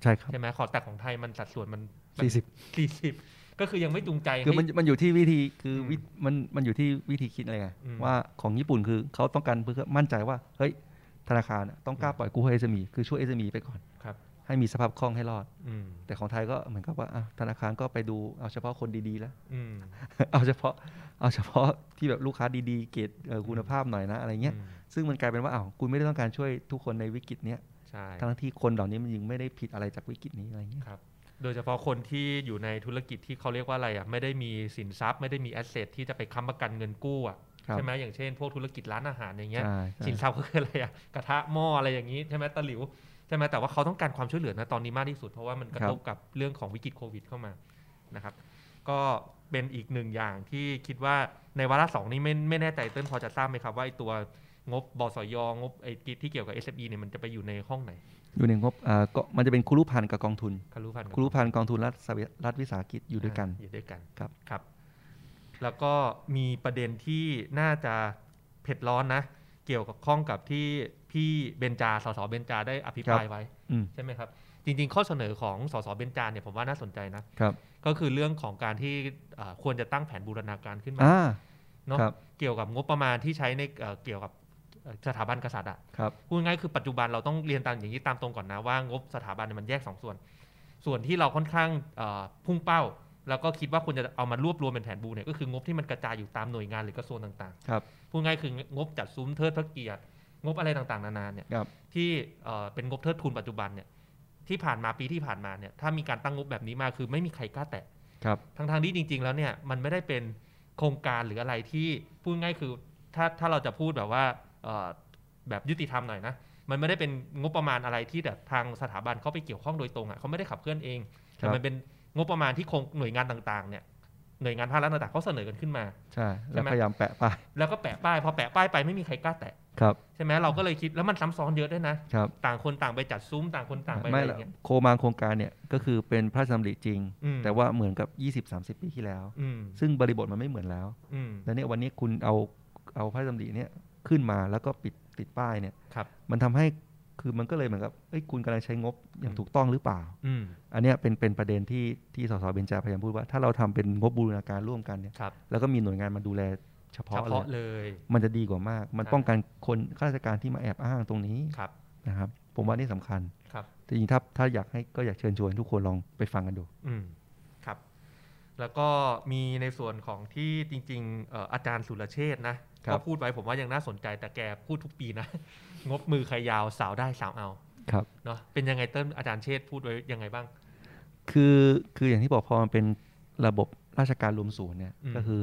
Speaker 6: ใช่ครับ
Speaker 5: ใช่ไหมขอแต่ของไทยมันสัดส่วนมัน
Speaker 6: สี่สิบ
Speaker 5: สี่สิบก็คือยังไม่จูงใจ
Speaker 6: คือมัน
Speaker 5: ให้
Speaker 6: มันอยู่ที่วิธีคืออ
Speaker 5: ม
Speaker 6: วิมันมันอยู่ที่วิธีคิดอะไรไง
Speaker 5: อืม
Speaker 6: ว่าของญี่ปุ่นคือเขาต้องการเพื่อมั่นใจว่าเฮ้ยธนาคารน่ะต้องกล้า
Speaker 5: อืม
Speaker 6: ปล่อยกู้ให้ SME คือช่วย SME ไปก่อน
Speaker 5: ครับ
Speaker 6: ให้มีสภาพคล่องให้รอด
Speaker 5: อืม
Speaker 6: แต่ของไทยก็เหมือนกับว่าอ่ะธนาคารก็ไปดูเอาเฉพาะคนดีๆแล้ว <laughs>
Speaker 5: อืม
Speaker 6: เอาเฉพาะเอาเฉพาะที่แบบลูกค้าดีๆ เกรดเอ่อคุณภาพหน่อยนะอะไรเงี้ย
Speaker 5: อืม
Speaker 6: ซึ่งมันกลายเป็นว่าอ้าวคุณไม่ได้ต้องการช่วยทุกคนในวิกฤตเนี้ย
Speaker 5: ใช่
Speaker 6: ทั้งที่คนเหล่านี้มันยังไม่ได้ผิดอะไรจากวิกฤตนี้อะไรเงี้ย
Speaker 5: โดยเฉพาะคนที่อยู่ในธุรกิจที่เขาเรียกว่าอะไรอ่ะไม่ได้มีสินทรัพย์ ไม่ได้มีแอสเซทที่จะไปค้ำประกันเงินกู้อ่ะ
Speaker 6: ครับ
Speaker 5: ใช่ไหมอย่างเช่น พวกธุรกิจร้านอาหารอย่างเงี้ย
Speaker 6: ใช่ใช่
Speaker 5: สินทรัพย์ก็คืออะไรอ่ะกระทะหม้ออะไรอย่างนี้ใช่ไหมตะหลิวใช่ไหมแต่ว่าเขาต้องการความช่วยเหลือนะตอนนี้มากที่สุด เพราะว่ามันกระทบกับเรื่องของวิกฤตโควิดเข้ามานะครับก็เป็นอีกหนึ่งอย่างที่คิดว่าในวาระสองนี้ไม่ไม่แน่ใจเต้นพอจะทราบไหมครับว่าไอ้ตัวงบบสยงบไอ้ที่เกี่ยวกับ SME เนี่ยมันจะไปอยู่ในห้องไหน
Speaker 6: อยู่ในงบอ่าก็มันจะเป็นคุรุพันธ์กับกองทุน
Speaker 5: คารุพันธ์กับ
Speaker 6: ครูพันกองทุนรัฐสวิรัฐวิสาหกิจอยู่ด้วยกัน
Speaker 5: อยู่ด้วยกัน
Speaker 6: ครับ
Speaker 5: ครับ แล้วก็มีประเด็นที่น่าจะเผ็ดร้อนนะ เกี่ยวกับข้องกับที่พี่เบนจา สสเบนจาได้อภิปรายไว้
Speaker 6: อืม
Speaker 5: ใช่ไหมครับ จริงๆ ข้อเสนอของสสเบนจาเนี่ยผมว่าน่าสนใจนะ
Speaker 6: ครับ
Speaker 5: ก็คือเรื่องของการที่เอ่อควรจะตั้งแผนบูรณาการขึ้นมา
Speaker 6: อ่า
Speaker 5: เนาะ
Speaker 6: ครับ
Speaker 5: เกี่ยวกับงบประมาณที่ใช้ในเอ่อเกี่ยวกับเอ่อสถาบันกษัตริย์อะ
Speaker 6: ครับ
Speaker 5: พูดง่ายๆคือปัจจุบันเราต้องเรียนตามอย่างนี้ตามตรงก่อนนะว่างบสถาบันเนี่ยมันแยกสองส่วน ส่วนที่เราค่อนข้างเอ่อพุ่งเป้า แล้วก็คิดว่าคุณจะเอามารวบรวมเป็นแผนบูเนี่ยก็คืองบที่มันกระจายอยู่ตามหน่วยงานหรือกระทรวงต่าง
Speaker 6: ครับ
Speaker 5: พูดง่ายคืองบจัดซุ้มเทิดพระเกียรติงบอะไรต่างๆนานาเนี่ย
Speaker 6: ครับ
Speaker 5: ที่เอ่อเป็นงบเทิดทุนปัจจุบันเนี่ยที่ผ่านมาปีที่ผ่านมาเนี่ยถ้ามีการตั้งงบแบบนี้มาคือไม่มีใครกล้าแตะ
Speaker 6: ครับ
Speaker 5: ทั้งทางๆที่จริง ๆ แล้วเนี่ยมันไม่ได้เป็นโครงการหรืออะไรที่พูดง่ายคือถ้าถ้าเราจะพูดแบบว่าเอ่อแบบยุติธรรมหน่อยนะมันไม่ได้เป็นงบประมาณอะไรที่แบบทางสถาบันเขาไปเกี่ยวข้องโดยตรงอ่ะเขาไม่ได้ขับเคลื่อนเอง
Speaker 6: ครั
Speaker 5: แต่
Speaker 6: บ
Speaker 5: มันเป็นงบประมาณที่โครงหน่วยงานต่างๆเนี่ยหน่วยงานภาครัฐต่างๆเขาเสนอกันขึ้นมา
Speaker 6: ใช่
Speaker 5: ใช่
Speaker 6: แล้ว
Speaker 5: ไหม
Speaker 6: พยายามแปะป้าย
Speaker 5: แล้วก็แปะป้ายพอแปะป้ายไปไม่มีใครกล้าแตะ
Speaker 6: ครับ
Speaker 5: ใช่ไหมเราก็เลยคิดแล้วมันซ้ำซ้อนเยอะด้วยนะครับ ต่างคนต่างไปจัดซุ้มต่างคนต่างไปอะ
Speaker 6: ไม่
Speaker 5: ไรอ
Speaker 6: ละ
Speaker 5: ย่างเงี้ย
Speaker 6: โครงการโครงการเนี่ยก็คือเป็นพระราชดำริจริง
Speaker 5: อืม
Speaker 6: แต่ว่าเหมือนกับ 20-30 ปีที่แล้ว
Speaker 5: อืม
Speaker 6: ซึ่งบริบทมันไม่เหมือนแล้ว
Speaker 5: อืม
Speaker 6: แล้วเนี่ยวันนี้คุณเอาเอาพระราชดำริเนี่ยขึ้นมาแล้วก็ปิดติดป้ายเนี่ย
Speaker 5: ครับ
Speaker 6: มันทำให้คือมันก็เลยเหมือนกับเอ้ยคุณกำลังใช้งบอย่าง
Speaker 5: อืม
Speaker 6: ถูกต้องหรือเปล่า
Speaker 5: อืม
Speaker 6: อันเนี้ยเป็นเป็นประเด็นที่ที่สสเบญจาพยายามพูดว่า ถ้าเราทำเป็นงบบูรณาการร่วมกันเนี่ย
Speaker 5: ครับ
Speaker 6: แล้วก็มีหน่วยงานมาดูแลเฉ
Speaker 5: เฉ
Speaker 6: พาะเล
Speaker 5: พาะ
Speaker 6: ย
Speaker 5: เลย
Speaker 6: มันจะดีกว่ามาก มัน
Speaker 5: ใช่
Speaker 6: ป้องกันคนข้าราชการที่มาแอบอ้างตรงนี้
Speaker 5: ครับ
Speaker 6: นะครับผมว่านี่สำคัญ
Speaker 5: ครับ
Speaker 6: แต่จริงๆถ้าถ้าอยากให้ก็อยากเชิญชวนทุกคนลองไปฟังกันดู
Speaker 5: อืมครับ แล้วก็มีในส่วนของที่จริงๆเอ่ออาจารย์สุรเชษฐ์นะครับ ก็พูดไว้ผมว่ายังน่าสนใจแต่แกพูดทุกปีนะ <laughs> งบมือใครยาวสาวได้สาวเอา
Speaker 6: ครับ
Speaker 5: เนาะเป็นยังไงเติ้ลอาจารย์เชษฐ์พูดไว้ยังไงบ้าง
Speaker 6: คือคืออย่างที่บอกพอมันเป็นระบบราชการรวมศูนย์เนี่ย
Speaker 5: อืม
Speaker 6: ก็คือ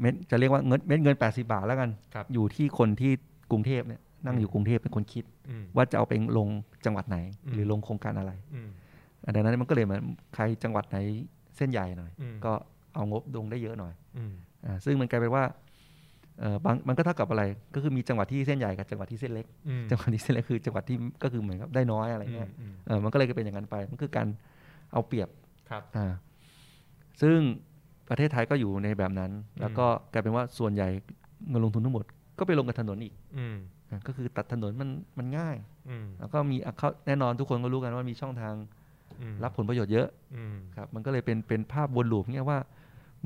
Speaker 6: เม็ดจะเรียกว่าเงินเม็ดเงิน 80 บาทแล้วกัน
Speaker 5: ครับ
Speaker 6: อยู่ที่คนที่กรุงเทพเนี่ยนั่งอยู่
Speaker 5: อืม
Speaker 6: กรุงเทพเป็นคนคิด
Speaker 5: อืม
Speaker 6: ว่าจะเอาไปลงจังหวัดไหน
Speaker 5: อืม
Speaker 6: หรือลงโครงการอะไร
Speaker 5: อืม
Speaker 6: อันดังนั้นมันก็เลยเหมือนใครจังหวัดไหนเส้นใหญ่หน่อย
Speaker 5: อืม
Speaker 6: ก็เอางบลงได้เยอะหน่อย
Speaker 5: อืม
Speaker 6: อ่าซึ่งมันกลายเป็นว่าเอ่อบางมันก็เท่ากับอะไรก็คือมีจังหวัดที่เส้นใหญ่กับจังหวัดที่เส้นเล็ก
Speaker 5: อืม
Speaker 6: จังหวัดที่เส้นเล็กคือจังหวัดที่ก็คือเหมือนกับได้น้อยอะไรเงี้ย
Speaker 5: อืม
Speaker 6: เออมันก็เลยเป็นอย่างนั้นไปมันคือการเอาเปรียบ
Speaker 5: ครับ
Speaker 6: อ่าซึ่งประเทศไทยก็อยู่ในแบบนั้น
Speaker 5: อืม
Speaker 6: แล้วก็กลายเป็นว่าส่วนใหญ่เงินลงทุนทั้งหมดก็ไปลงกับถนนอีก
Speaker 5: อืม
Speaker 6: อ่ะก็คือตัดถนนมันมันง่าย
Speaker 5: อืม
Speaker 6: แล้วก็มีอ่ะเขาแน่นอนทุกคนก็รู้กันว่ามีช่องทาง
Speaker 5: อืม
Speaker 6: รับผลประโยชน์เยอะ
Speaker 5: อืม
Speaker 6: ครับมันก็เลยเป็นเป็นภาพวนลูปเนี่ยว่า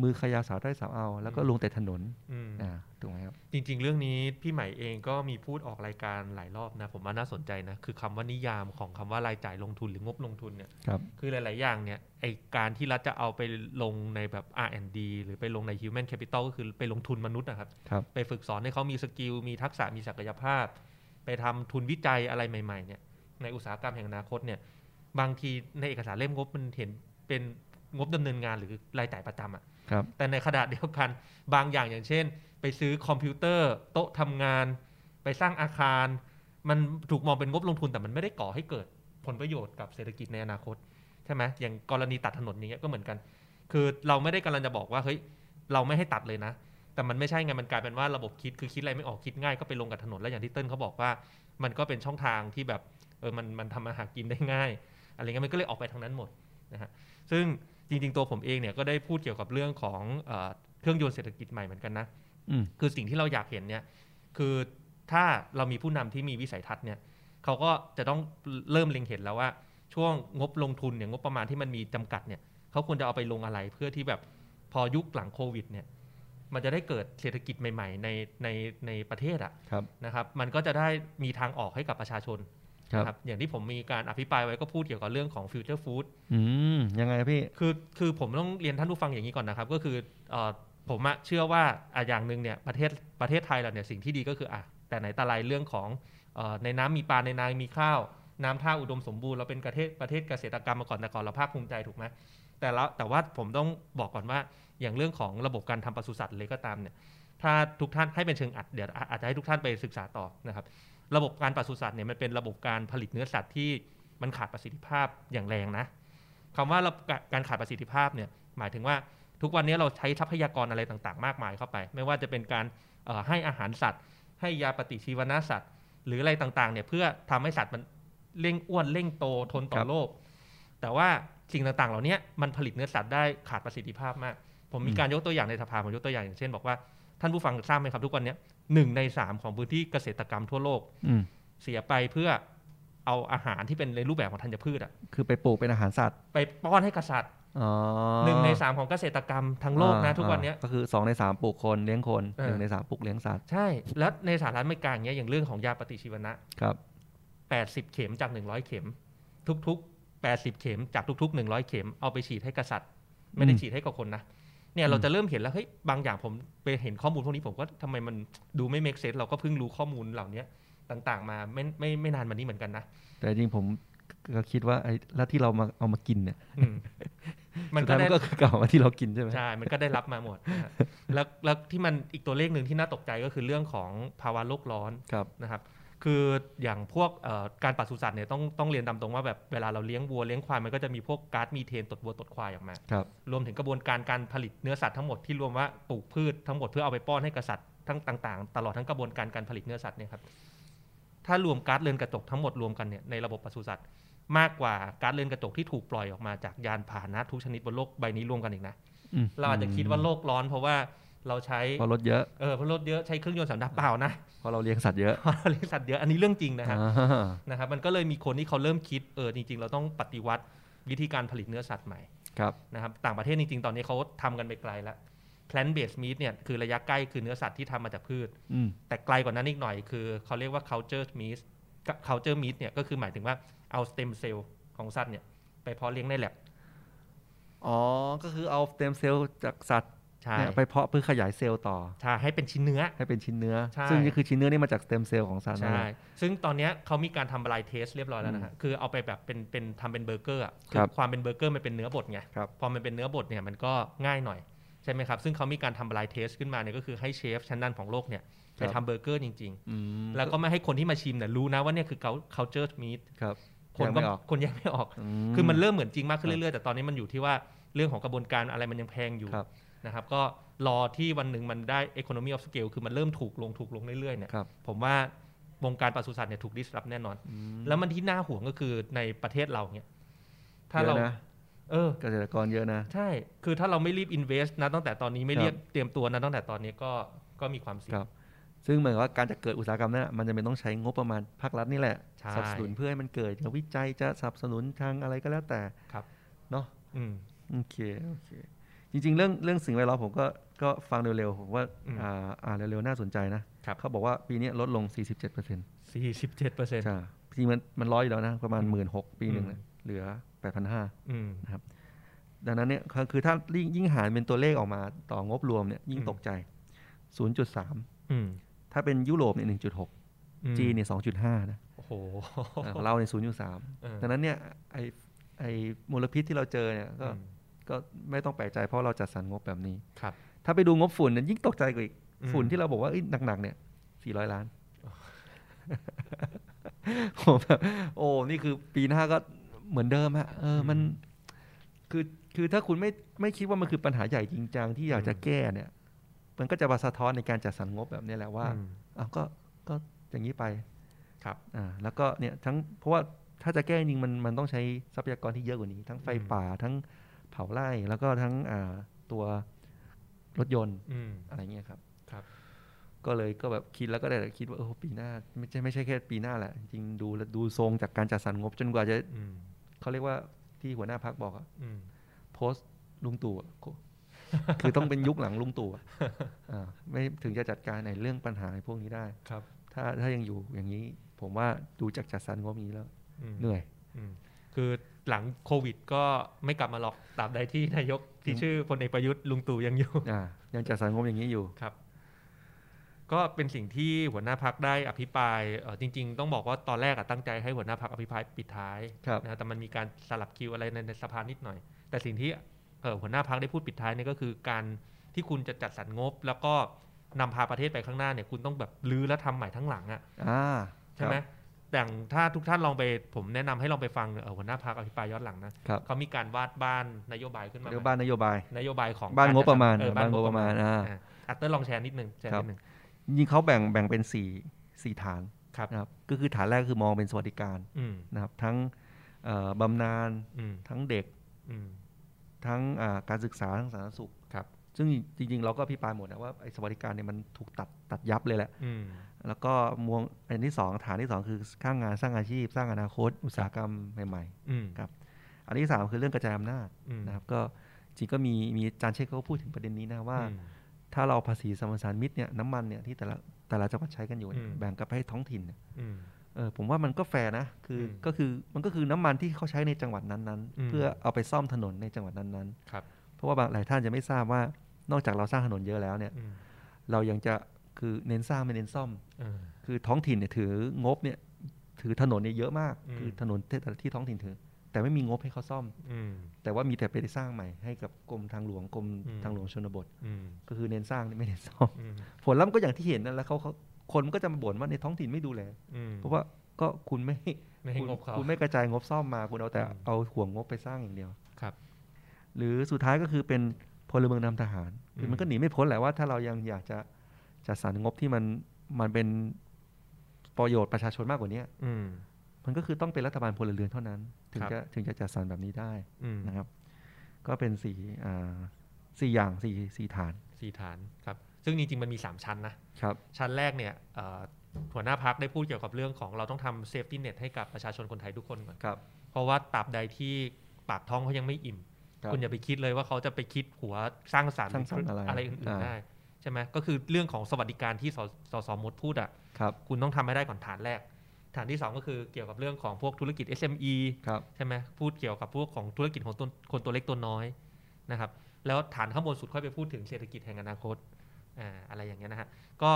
Speaker 6: มือขยาสาวได้สาวเอา แล้วก็
Speaker 5: อืม
Speaker 6: ลงแต่ถนน
Speaker 5: อืม
Speaker 6: อ่าถูกไหมครับ
Speaker 5: จริงๆ เรื่องนี้พี่ใหม่เองก็มีพูดออกรายการหลายรอบนะ ผมว่าน่าสนใจนะ คือคำว่านิยามของคำว่ารายจ่ายลงทุนหรืองบลงทุนเนี่ย
Speaker 6: ครับ
Speaker 5: อหลายๆ อย่างเนี่ยไอการที่รัฐจะเอาไปลงในแบบ R&D หรือไปลงใน Human Capital ก็คือไปลงทุนมนุษย์นะครับ
Speaker 6: ครับ
Speaker 5: ไปฝึกสอนให้เขามีสกิล มีทักษะมีศักยภาพ ไปทำทุนวิจัยอะไรใหม่ๆเนี่ยในอุตสาหกรรมแห่งอนาคตเนี่ยบางทีในเอกสารเล่มงบมันเห็นเป็นงบดำเนินงานหรือรายจ่ายประจำอะ
Speaker 6: ครับ
Speaker 5: แต่ในขนาดเดียวกัน <laughs> บางอย่างอย่างเช่น ไปซื้อคอมพิวเตอร์ โต๊ะทำงาน ไปสร้างอาคาร มันถูกมองเป็นงบลงทุนแต่มันไม่ได้ก่อให้เกิดผลประโยชน์กับเศรษฐกิจในอนาคต ใช่ไหมอย่างกรณีตัดถนนอย่างเงี้ยก็เหมือนกัน คือเราไม่ได้กำลังจะบอกว่าเฮ้ยเราไม่ให้ตัดเลยนะ แต่มันไม่ใช่ไงมันกลายเป็นว่าระบบคิดคือคิดอะไรไม่ออกคิดง่ายก็ไปลงกับถนนแล้วอย่างที่เติ้ลเขาบอกว่า มันก็เป็นช่องทางที่แบบเออมันมันทำมาหากินได้ง่ายอะไรเงี้ยมันก็เลยออกไปทางนั้นหมดนะฮะซึ่ง จริงๆ ตัวผมเองเนี่ยก็ได้พูดเกี่ยวกับเรื่องของเออเครื่องยนต์เศรษฐกิจใหม่เหมือนกันนะ
Speaker 6: อืม
Speaker 5: คือสิ่งที่เราอยากเห็นเนี่ยคือถ้าเรามีผู้นำที่มีวิสัยทัศน์เนี่ยเขาก็จะต้องเริ่มเล็งเห็นแล้วว่า ช่วงงบลงทุนเนี่ยงบประมาณที่มันมีจำกัดเนี่ยเขาควรจะเอาไปลงอะไรเพื่อที่แบบพอยุคหลังโควิดเนี่ยมันจะได้เกิดเศรษฐกิจใหม่ ๆ ในในในประเทศอะ
Speaker 6: ครับ
Speaker 5: นะครับมันก็จะได้มีทางออกให้กับประชาชน
Speaker 6: ครับ
Speaker 5: นะอย่างที่ผมมีการอภิปรายไว้ก็พูดเกี่ยวกับเรื่องของฟิวเจอร์ฟู้ด
Speaker 6: อืมยังไงครับพี่
Speaker 5: คือคือผมต้องเรียนท่านผู้ฟังอย่างนี้ก่อนนะครับ ก็คือเออผมอะเชื่อว่าอ่ะอย่างหนึ่งเนี่ยประเทศประเทศไทยเราเนี่ยสิ่งที่ดีก็คืออ่ะแต่ไหนแต่ไรเรื่องของเออในน้ำมีปลาในนามีข้าว น้ำท่าอุดมสมบูรณ์เราเป็นประเทศประเทศเกษตรกรรมมาก่อนแต่ก่อนเราภาคภูมิใจถูกไหมแต่แล้วแต่ว่าผมต้องบอกก่อนว่าอย่างเรื่องของระบบการทำปศุสัตว์เลยก็ตามเนี่ยถ้าทุกท่านให้เป็นเชิงอัดเดี๋ยวอาอาจจะให้ทุกท่านไปศึกษาต่อนะครับระบบการปศุสัตว์เนี่ยมันเป็นระบบการผลิตเนื้อสัตว์ที่มันขาดประสิทธิภาพอย่างแรงนะ คำว่าระบบการขาดประสิทธิภาพเนี่ยหมายถึงว่าทุกวันนี้เราใช้ทรัพยากรอะไรต่างๆ มากมายเข้าไป ไม่ว่าจะเป็นการเอ่อให้อาหารสัตว์ ให้ยาปฏิชีวนะสัตว์ หรืออะไรต่างๆเนี่ยเพื่อทำให้สัตว์มันเร่งอ้วนเร่งโตทนต่
Speaker 6: ครั
Speaker 5: อบ โรคแต่ว่าสิ่งต่างๆ เหล่านี้มันผลิตเนื้อสัตว์ได้ขาดประสิทธิภาพมาก ผมมี
Speaker 6: อืม
Speaker 5: การยกตัวอย่างในสภาผมยกตัวอย่างอย่างเช่นบอกว่าท่านผู้ฟังทราบไหมครับทุกวันเนี้ยหนึ่งในสามของพื้นที่เกษตรกรรมทั่วโลก
Speaker 6: อืม
Speaker 5: เสียไปเพื่อเอาอาหารที่เป็นในรูปแบบของธัญพืชอะ
Speaker 6: คือไปปลูกเป็นอาหารสัตว์
Speaker 5: ไปป้อนให้กบสัตว์
Speaker 6: อ๋อ
Speaker 5: หนึ่งในสามของเกษตรกรรมทั้งโลกนะ
Speaker 6: อ่า
Speaker 5: ทุกวันเนี้ย
Speaker 6: อ่าก็คือสองในสามปลูกคนเลี้ยงคน
Speaker 5: เออ
Speaker 6: หนึ่งในสามปลูกเลี้ยงสัตว์
Speaker 5: ใช่แล้วในสหรัฐอเมริกาอย่างเงี้ยอย่างเรื่องของยาปฏิชีวนะ
Speaker 6: ครับ
Speaker 5: 80 เข็มจาก 100 เข็ม ทุกๆ 80 เข็มจากทุก ๆ 100 เข็มเอาไปฉีดให้กษัตริย์ ไม่ได้
Speaker 6: อืม
Speaker 5: ฉีดให้กับคนนะเนี่ยเราจะเริ่มเห็นแล้วเฮ้ยบางอย่างผมไปเห็นข้อมูลพวกนี้ผมก็ทำไมมันดูไม่ make sense เราก็เพิ่งรู้ข้อมูลเหล่านี้ต่างๆ มาไม่ไม่ไม่นานมานี้เหมือนกันนะ
Speaker 6: แต่จริงผมก็คิดว่าไอ้แล้วที่เรามาเอามากินเนี่ย
Speaker 5: อื
Speaker 6: <laughs>
Speaker 5: มมัน
Speaker 6: สุด
Speaker 5: ก็
Speaker 6: ท้าย
Speaker 5: ได้
Speaker 6: มันก็คือเก่ามาที่เรากินใช่ไหม
Speaker 5: ใช่ มันก็ได้รับมาหมดนะฮะแล้วแล้วที่มันอีกตัวเลขหนึ่งที่น่าตกใจก็คือเรื่องของภาวะโลกร้อน
Speaker 6: ครับ
Speaker 5: นะครับ คืออย่างพวกเอ่อการปศุสัตว์เนี่ยต้องต้องเรียนตามตรงว่าแบบเวลาเราเลี้ยงวัวเลี้ยงควายมันก็จะมีพวกก๊าซมีเทนตดวัวตดควายออกมา
Speaker 6: ครับ
Speaker 5: รวมถึงกระบวนการการผลิตเนื้อสัตว์ทั้งหมดที่รวมว่าปลูกพืชทั้งหมดเพื่อเอาไปป้อนให้กบสัตว์ทั้งต่างๆ ตลอดทั้งกระบวนการการผลิตเนื้อสัตว์เนี่ยครับถ้ารวมก๊าซเรือนกระจกทั้งหมดรวมกันเนี่ยในระบบปศุสัตว์มากกว่าก๊าซเรือนกระจกที่ถูกปล่อยออกมาจากยานพาหนะทุกชนิดบนโลกใบนี้รวมกันอีกนะ
Speaker 6: อืม
Speaker 5: เราอาจจะคิดว่าโลกร้อนเพราะว่าเราใช้
Speaker 6: เพอรถเยอะ
Speaker 5: เออเพราะรถเยอะใช้เครื่องยนต์สันดาปเปล่านะ <laughs>
Speaker 6: เพอเราเลี้ยงสัตว์เยอะ
Speaker 5: เพราะเราเลี้ยงสัตว์เยอะอันนี้เรื่องจริงนะครับ
Speaker 6: อ่า
Speaker 5: นะครับ มันก็เลยมีคนที่เขาเริ่มคิดเออจริง ๆ เราต้องปฏิวัติวิธีการผลิตเนื้อสัตว์ใหม่
Speaker 6: ครับ
Speaker 5: นะครับ ต่างประเทศจริง ๆ ตอนนี้เขาทำกันไปไกลแล้ว plant based meat เนี่ยคือระยะใกล้คือเนื้อสัตว์ที่ทำมาจากพืช
Speaker 6: อืม
Speaker 5: แต่ไกลกว่านั้นอีกหน่อยคือเขาเรียกว่า culture meat culture meat เนี่ยก็คือหมายถึงว่าเอา stem cell ของสัตว์เนี่ยไปเพาะเลี้ยงในแลบ
Speaker 6: อ๋อ ก็คือเอาสเต็มเซลล์จากสัตว์
Speaker 5: ใช่
Speaker 6: เนี่ยไปเพาะเพื่อขยายเซลล์ต่อ
Speaker 5: ใช่ให้เป็นชิ้นเนื้อ
Speaker 6: ให้เป็นชิ้นเนื้อ
Speaker 5: ใช่
Speaker 6: ซึ่งนี่คือชิ้นเนื้อนี่มาจากสเต็มเซลล์ของสัตว์นั่น
Speaker 5: ใช่
Speaker 6: แหละ
Speaker 5: ซึ่งตอนเนี้ยเขามีการทำลายเทสเรียบร้อยแล้วนะฮะ คือเอาไปแบบเป็นเป็นทำเป็นเบอร์เกอร์อะ
Speaker 6: ครับ
Speaker 5: ความเป็นเบอร์เกอร์มันเป็นเนื้อบดไง
Speaker 6: ครับ
Speaker 5: พอมันเป็นเนื้อบดเนี่ยมันก็ง่ายหน่อยใช่ไหมครับ ซึ่งเขามีการทำลายเทสขึ้นมาเนี่ยก็คือให้เชฟชั้นนำของโลกเนี่ยไปทำเบอร์เกอร์จริง
Speaker 6: อืม
Speaker 5: ๆ แล้วก็ไม่ให้คนที่มาชิมเนี่ยรู้นะว่าเนี่ยคือ culture meat
Speaker 6: ครับ
Speaker 5: คนก็
Speaker 6: แยกไม่ออก
Speaker 5: คนแยกไม่ออก
Speaker 6: ม
Speaker 5: คือมันเริ่มเหมือนจริงมากขึ้น
Speaker 6: ครับ
Speaker 5: เรื่อยๆ แต่ตอนนี้มันอยู่ที่ว่าเรื่องของกระบวนการอะไรมันยังแพงอยู่
Speaker 6: ครับ
Speaker 5: นะครับ ก็รอที่วันหนึ่งมันได้ economy of scale คือมันเริ่มถูกลงถูกลงเรื่อยๆเนี่ย
Speaker 6: ครับ
Speaker 5: ผมว่าวงการปศุสัตว์เนี่ยถูกดิสรับแน่นอน แล้วมันที่น่าห่วงก็คือในประเทศเราเนี่ยถ้าเรา
Speaker 6: เยอะนะ
Speaker 5: เออ
Speaker 6: เกษตรกรเยอะนะ
Speaker 5: ใช่ คือถ้าเราไม่รีบ invest นะตั้งแต่ตอนนี้ไม่
Speaker 6: ครับ
Speaker 5: เรียกเตรียมตัวนะตั้งแต่ตอนนี้ก็ก็มีความเสี่ยง
Speaker 6: ซึ่งเหมือนว่าการจะเกิดอุตสาหกรรมนั้นอะมันจะเป็นต้องใช้งบประมาณภาครัฐนี่แหละ
Speaker 5: ใช่
Speaker 6: สนับสนุนเพื่อให้มันเกิดจะวิจัยจะสนับสนุนทางอะไรก็แล้วแต่
Speaker 5: ครับ
Speaker 6: เนาะ
Speaker 5: อืม
Speaker 6: โอเคโอเค จริง ๆ เรื่องเรื่องสิ่งแวดล้อมผมก็ก็ฟังเร็วๆ ผมว่า
Speaker 5: อืม
Speaker 6: อ่าอ่านเร็วๆ น่าสนใจนะครับ เขาบอกว่าปีนี้ลดลง 47%
Speaker 5: สี่สิบเจ็ดเปอร์เซ็นต์
Speaker 6: ใช่จริงๆมันมันร้อยอยู่แล้วนะประมาณ
Speaker 5: อืม
Speaker 6: หมื่นหกปีหนึ่ง
Speaker 5: อืม
Speaker 6: นะเหลือแปดพันห้า
Speaker 5: อืม
Speaker 6: ดังนั้นเนี่ยคือคือถ้ายิ่งยิ่งหารเป็นตัวเลขออกมาต่องบรวมเนี่ยยิ่ง
Speaker 5: อืม
Speaker 6: ตกใจศูนย์จุดสาม
Speaker 5: อืม
Speaker 6: ถ้าเป็นยุโรปเนี่ยหนึ่งจุดหก
Speaker 5: อืม
Speaker 6: จีนเนี่ยสองจุดห้านะ
Speaker 5: โอ้โห
Speaker 6: เออของเราเนี่ยศูนย์จุดสาม
Speaker 5: เออ
Speaker 6: ดังนั้นเนี่ยไอไอมลพิษที่เราเจอเนี่ยก็
Speaker 5: อืม
Speaker 6: ก็ไม่ต้องแปลกใจเพราะเราจัดสรรงบแบบนี้
Speaker 5: ครับ
Speaker 6: ถ้าไปดูงบฝุ่นเนี่ยยิ่งตกใจกว่าอีก
Speaker 5: อืม
Speaker 6: ฝุ่นที่เราบอกว่าเอ้ยหนักๆเนี่ยสี่ร้อยล้าน <laughs> ผมแบบโอ้นี่คือปีหน้าก็เหมือนเดิมฮะเออมัน คือคือถ้าคุณไม่ไม่คิดว่ามันคือปัญหาใหญ่จริงจังที่อยากจะแก้เนี่ย มันก็จะมาสะท้อนในการจัดสรรงบแบบนี้แหละว่า
Speaker 5: อืม
Speaker 6: อ้าวก็ก็อย่างนี้ไป
Speaker 5: ครับ
Speaker 6: อ่าแล้วก็เนี่ยทั้งเพราะว่าถ้าจะแก้จริงมันมันต้องใช้ทรัพยากรที่เยอะกว่านี้ ทั้งไฟป่าทั้งเผาไร่แล้วก็ทั้งอ่าตัวรถยนต์
Speaker 5: อืม
Speaker 6: อะไรเงี้ยครับ
Speaker 5: ครับ
Speaker 6: ก็เลยก็แบบคิดแล้วก็ได้แต่คิดว่าเออปีหน้าไม่ใช่ไม่ใช่แค่ปีหน้าแหละจริงๆดูแล้วดูทรงจากการจัดสรรงบจนกว่าจะ
Speaker 5: อืม
Speaker 6: เขาเรียกว่าที่หัวหน้าพักบอกอะ
Speaker 5: อืม
Speaker 6: โพสต์ลุงตู่อะ <laughs> โค คือต้องเป็นยุคหลังลุงตู่อะอ่าไม่ถึงจะจัดการในเรื่องปัญหาในพวกนี้ได้
Speaker 5: ครับ
Speaker 6: ถ้าถ้ายังอยู่อย่างนี้ ผมว่าดูจากจัดสรรงบอย่างนี้แล้ว
Speaker 5: อืม
Speaker 6: เหนื่อย
Speaker 5: อืมคือหลังโควิดก็ไม่กลับมาหรอกตราบใดที่นายกที่
Speaker 6: อืม
Speaker 5: ชื่อพลเอกประยุทธ์ลุงตู่ยังอยู่
Speaker 6: อ่ายังจัดสรรงบอย่างนี้อยู่
Speaker 5: ก็เป็นสิ่งที่หัวหน้าพักได้อภิปรายเอ่อจริง ๆ ต้องบอกว่าตอนแรกอะตั้งใจให้หัวหน้าพักอภิปรายปิดท้าย
Speaker 6: ครับ
Speaker 5: นะแต่มันมีการสลับคิวอะไรในในสภานิดหน่อย แต่สิ่งที่เอ่อหัวหน้าพักได้พูดปิดท้ายเนี่ยก็คือการที่คุณจะจัดสรรงบ แล้วก็นำพาประเทศไปข้างหน้าเนี่ยคุณต้องแบบรื้อและทำใหม่ทั้งหลังอะ
Speaker 6: อ่า
Speaker 5: ใช่ไหม
Speaker 6: ครับ
Speaker 5: อย่างถ้าทุกท่านลองไปผมแนะนำให้ลองไปฟังเอ่อหัวหน้าพักอภิปรายย้อนหลังนะครับ เขามีการวาดบ้านนโยบายขึ้นมา
Speaker 6: เรื่องบ้านนโยบาย
Speaker 5: นโยบายของ
Speaker 6: บ้านงบประมาณ
Speaker 5: เออ
Speaker 6: บ้านงบประมาณอ่า
Speaker 5: อ่ะอัตเตอร์ลองแชร์นิดหนึ่งแชร์นิดหนึ่ง
Speaker 6: จริงๆเขาแบ่งแบ่งเป็นสี่สี่ฐาน
Speaker 5: ครับ
Speaker 6: นะครับ ก็คือฐานแรกคือมองเป็นสวัสดิการ
Speaker 5: อืม
Speaker 6: นะครับทั้งเอ่อบำนาญ
Speaker 5: อืม
Speaker 6: ทั้งเด็ก
Speaker 5: อืม
Speaker 6: ทั้งอ่าการศึกษาทั้งสาธารณสุข
Speaker 5: ครับ
Speaker 6: ซึ่งจริงๆ เราก็อภิปรายหมดนะว่าไอ้สวัสดิการเนี่ยมันถูกตัดตัดยับเลยแหละ
Speaker 5: อืม
Speaker 6: แล้วก็มวงอันที่สองฐานที่สองคือสร้างงานสร้างอาชีพ สร้างอนาคต อุตสาหกรรมใหม่
Speaker 5: อืม
Speaker 6: ๆ อันที่สามคือเรื่องกระจายอำนาจ
Speaker 5: อืม
Speaker 6: นะครับก็จริงก็มีมีอาจารย์เชคเขาก็พูดถึงประเด็นนี้นะว่า
Speaker 5: อืม
Speaker 6: ถ้าเราภาษีสมรสารมิตรเนี่ยน้ำมันเนี่ยที่แต่ละแต่ละจังหวัดใช้กันอยู่เนี่ย
Speaker 5: อืม
Speaker 6: แบ่งกลับไปให้ท้องถิ่นเนี่ย
Speaker 5: อืม
Speaker 6: เออผมว่ามันก็แฟร์นะคืออ
Speaker 5: ม
Speaker 6: ก็คือมันก็คือน้ำมันที่เขาใช้ในจังหวัดนั้น
Speaker 5: อื
Speaker 6: ๆ
Speaker 5: ม
Speaker 6: เพื่อเอาไปซ่อมถนนในจังหวัดนั้น
Speaker 5: ครับ
Speaker 6: ๆ ราะว่าบางหลายท่านจะไม่ทราบว่านอกจากเราสร้างถนนเยอะแล้วเนี่ย
Speaker 5: อืม
Speaker 6: เรายังจะคือเน้นสร้างไม่เน้นซ่อม
Speaker 5: เออ
Speaker 6: คือท้องถิ่นเนี่ยถืองบเนี่ยถือถนนเนี่ยเยอะมาก
Speaker 5: อืม
Speaker 6: คือถนนที่ที่ท้องถิ่นถือ แต่ไม่มีงบให้เขาซ่อม
Speaker 5: อืม
Speaker 6: แต่ว่ามีแต่ไปสร้างใหม่ให้กับกรมทางหลวงกรม
Speaker 5: อืม
Speaker 6: ทางหลวงชนบท
Speaker 5: อืม
Speaker 6: ก็คือเน้นสร้างไม่เน้นซ่อม <laughs>
Speaker 5: อืม
Speaker 6: ผลลัพธ์ก็อย่างที่เห็นนั่นแหล้วเขาเขาคนก็จะมาบ่นว่าในท้องถิ่นไม่ดูแล
Speaker 5: อืม
Speaker 6: เพราะว่าก็คุณไม่
Speaker 5: ไม่ให้
Speaker 6: คุณ
Speaker 5: งบเขา
Speaker 6: คุณไม่กระจายงบซ่อมมาคุณเอาแต่
Speaker 5: อืม
Speaker 6: เอาห่วงงบไปสร้างอย่างเดียว
Speaker 5: ครับ
Speaker 6: หรือสุดท้ายก็คือเป็นพลเมืองนำทหารคือมั
Speaker 5: อื
Speaker 6: น
Speaker 5: ม
Speaker 6: ก็หนีไม่พ้นแหละว่าถ้าเรายังอยากจะจัดสรรงบที่มันมันเป็นประโยชน์ประชาชนมากกว่านี้
Speaker 5: อืม
Speaker 6: มันก็คือต้องเป็นรัฐบาลพลเรือนเท่านั้น ถึง
Speaker 5: ครับ
Speaker 6: จะถึงจะจัดสรรแบบนี้ได้
Speaker 5: อืม
Speaker 6: นะครับ ก็เป็นสี่อ่าสี่อย่างสี่สี่ฐาน
Speaker 5: สี่ฐานครับ ซึ่งจริงๆมันมีสามชั้นนะ
Speaker 6: ครับ
Speaker 5: ชั้นแรกเนี่ยเอ่อหัวหน้าพักได้พูดเกี่ยวกับเรื่องของเราต้องทำเซฟตี้เน็ตให้กับประชาชนคนไทยทุกคนก่อน
Speaker 6: ครับ
Speaker 5: เพราะว่าตราบใดที่ปากท้องเขายังไม่อิ่ม
Speaker 6: ครับ
Speaker 5: คุณอย่าไปคิดเลยว่าเขาจะไปคิดหัวสร้างสรรค์
Speaker 6: สร้างสรรค์อะไร
Speaker 5: อะไรอื่น
Speaker 6: อ่า
Speaker 5: ๆได้ใช่ไหมก็คือเรื่องของสวัสดิการที่สสสมดพูดอ่ะ
Speaker 6: ครับ
Speaker 5: คุณต้องทำให้ได้ก่อนฐานแรก ฐานที่สองก็คือเกี่ยวกับเรื่องของพวกธุรกิจ SME
Speaker 6: ครับ
Speaker 5: ใช่ไหมพูดเกี่ยวกับพวกของธุรกิจของตนคนตัวเล็กตัวน้อยนะครับ แล้วฐานข้างบนสุดค่อยไปพูดถึงเศรษฐกิจแห่งอนาคตอ่าอะไรอย่างเงี้ยนะฮะก็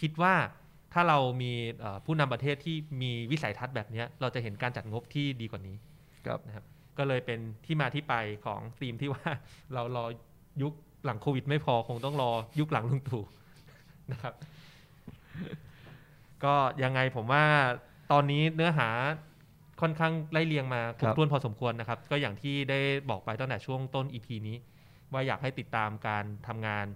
Speaker 5: คิดว่าถ้าเรามีเอ่อผู้นำประเทศที่มีวิสัยทัศน์แบบเนี้ยเราจะเห็นการจัดงบที่ดีกว่านี้
Speaker 6: ครับ
Speaker 5: นะครับ ก็เลยเป็นที่มาที่ไปของธีมที่ว่า เรารอยุคหลังโควิดไม่พอคงต้องรอยุคหลังลุงตู่ <laughs> นะครับ ก็ยังไงผมว่าตอนนี้เนื้อหาค่อนข้างไล่เรียงมาค
Speaker 6: ค
Speaker 5: ร
Speaker 6: รั
Speaker 5: บบ ถ้วนพอสมควรนะครับ ก็อย่างที่ได้บอกไปตั้งแต่ช่วงต้น EP นี้ ว่าอยากให้ติดตามการทำงาน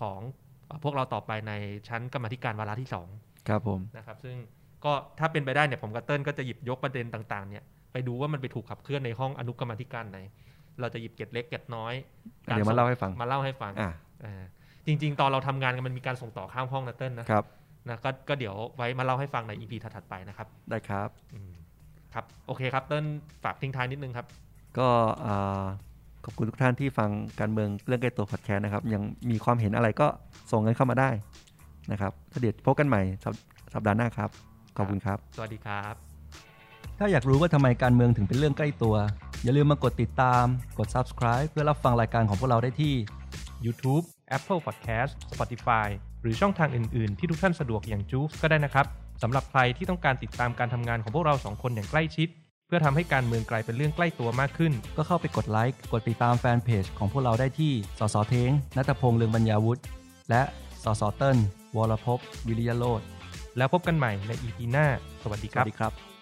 Speaker 5: ของเอ่อพวกเราต่อไปในชั้นกรรมาธิการวาระที่สอง
Speaker 6: ครับผม
Speaker 5: นะครับซึ่งก็ถ้าเป็นไปได้เนี่ยผมกับเติ้ลก็จะหยิบยกประเด็นต่างๆเนี่ยไปดูว่ามันไปถูกขับเคลื่อนในห้องอนุกรรมาธิการไหน เราจะหยิบเกร็ดเล็กเกร็ดน้อย
Speaker 6: เดี๋ยวมาเล่าให้ฟัง
Speaker 5: มาเล่าให้ฟัง
Speaker 6: อ่ะ
Speaker 5: อ่าจริง ๆ ตอนเราทำงานกันมันมีการส่งต่อข้ามห้องนะเติ้ลนะครับ นะก็ก็เดี๋ยวไว้มาเล่าให้ฟังในอีพีถัดๆไปนะครับ
Speaker 6: ได้ครับ
Speaker 5: อืมครับโอเคครับเติ้ลฝากทิ้งท้ายนิดนึงครับ
Speaker 6: ก็อ่าขอบคุณทุกท่านที่ฟังการเมืองเรื่องใกล้ตัวพอดแคสต์นะครับ ยังมีความเห็นอะไรก็ส่งกันเข้ามาได้นะครับแล้วเดี๋ยวพบกันใหม่สัปสัปดาห์หน้าครับ ขอบคุณครับ
Speaker 5: สวัสดีครับ
Speaker 3: ถ้าอยากรู้ว่าทำไมการเมืองถึงเป็นเรื่องใกล้ตัว อย่าลืมมากดติดตาม กด subscribe เพื่อรับฟังรายการของพวกเราได้ที่
Speaker 2: YouTube Apple Podcast Spotify หรือช่องทางอื่น ๆ ที่ทุกท่านสะดวกอย่างจูฟก็ได้นะครับสำหรับใครที่ต้องการติดตามการทำงานของพวกเราสองคนอย่างใกล้ชิด เพื่อทำให้การเมืองกลายเป็นเรื่องใกล้ตัวมากขึ้น
Speaker 3: ก็เข้าไปกดไลค์ กดติดตามแฟนเพจของพวกเราได้ที่ สสเทงนัตพงษ์เลืองบรรยาวุฒิ และ สสเติ้ลวรภพวิริยโรธ
Speaker 2: แล้วพบกันใหม่ใน EP หน้า สวัสดี
Speaker 3: ส
Speaker 2: ค
Speaker 3: วั
Speaker 2: รั
Speaker 3: ส
Speaker 2: บ
Speaker 3: ดีครับ